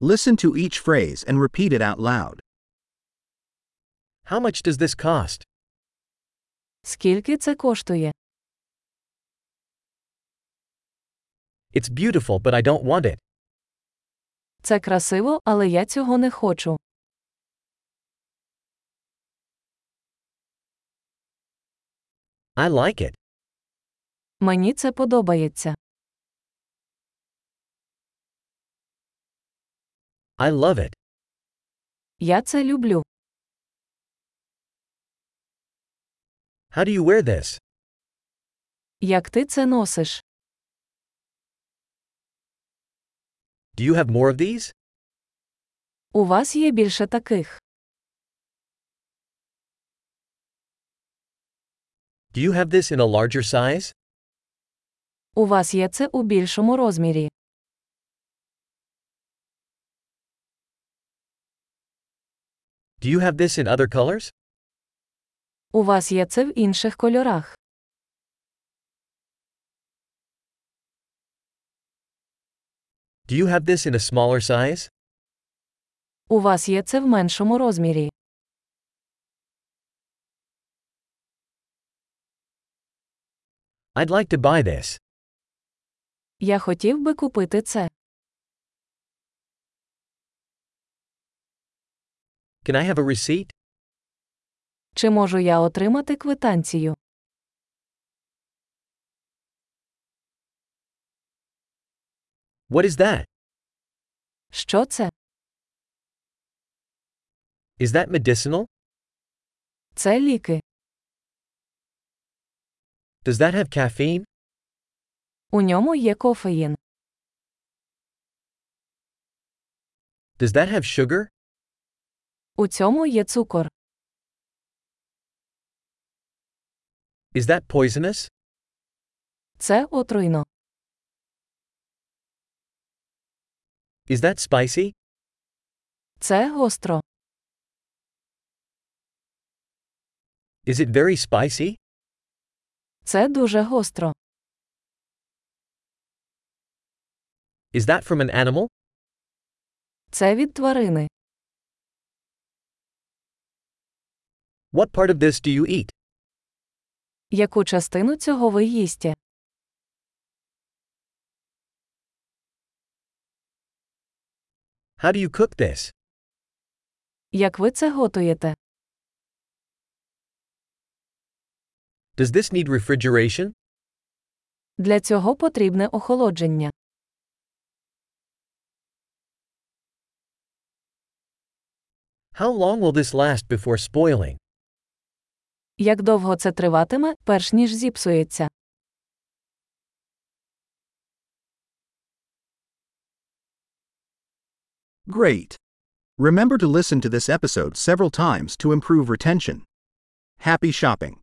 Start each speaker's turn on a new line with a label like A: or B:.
A: Listen to each phrase and repeat it out loud.
B: How much does this cost?
C: Скільки це коштує?
B: It's beautiful, but I don't want it.
C: Це красиво, але я цього не хочу.
B: I like it.
C: Мені це подобається.
B: I love it.
C: Я це люблю.
B: How do you wear this?
C: Як ти це носиш?
B: Do you have more of these?
C: У вас є більше таких.
B: Do you have this in a larger size?
C: У вас є це у більшому розмірі.
B: Do you have this in other colors?
C: У вас є це в інших кольорах.
B: Do you have this in a smaller size?
C: У вас є це в меншому розмірі.
B: I'd like to buy this.
C: Я хотів би купити це.
B: Can I have a receipt?
C: Чи можу я отримати квитанцію?
B: What is that?
C: Що це?
B: Is that medicinal?
C: Це ліки.
B: Does that have caffeine?
C: У ньому є кофеїн.
B: Does that have sugar?
C: У цьому є цукор.
B: Is that poisonous?
C: Це отруйно.
B: Is that spicy?
C: Це гостро.
B: Is it very spicy?
C: Це дуже гостро.
B: Is that from an animal?
C: Це від тварини.
B: What part of this do you eat?
C: Яку частину цього ви їсте?
B: How do you cook this?
C: Як ви це готуєте?
B: Does this need refrigeration?
C: Для цього потрібне охолодження.
B: How long will this last before spoiling?
C: Як довго це триватиме, перш ніж зіпсується?
A: Great! Remember to listen to this episode several times to improve retention. Happy shopping!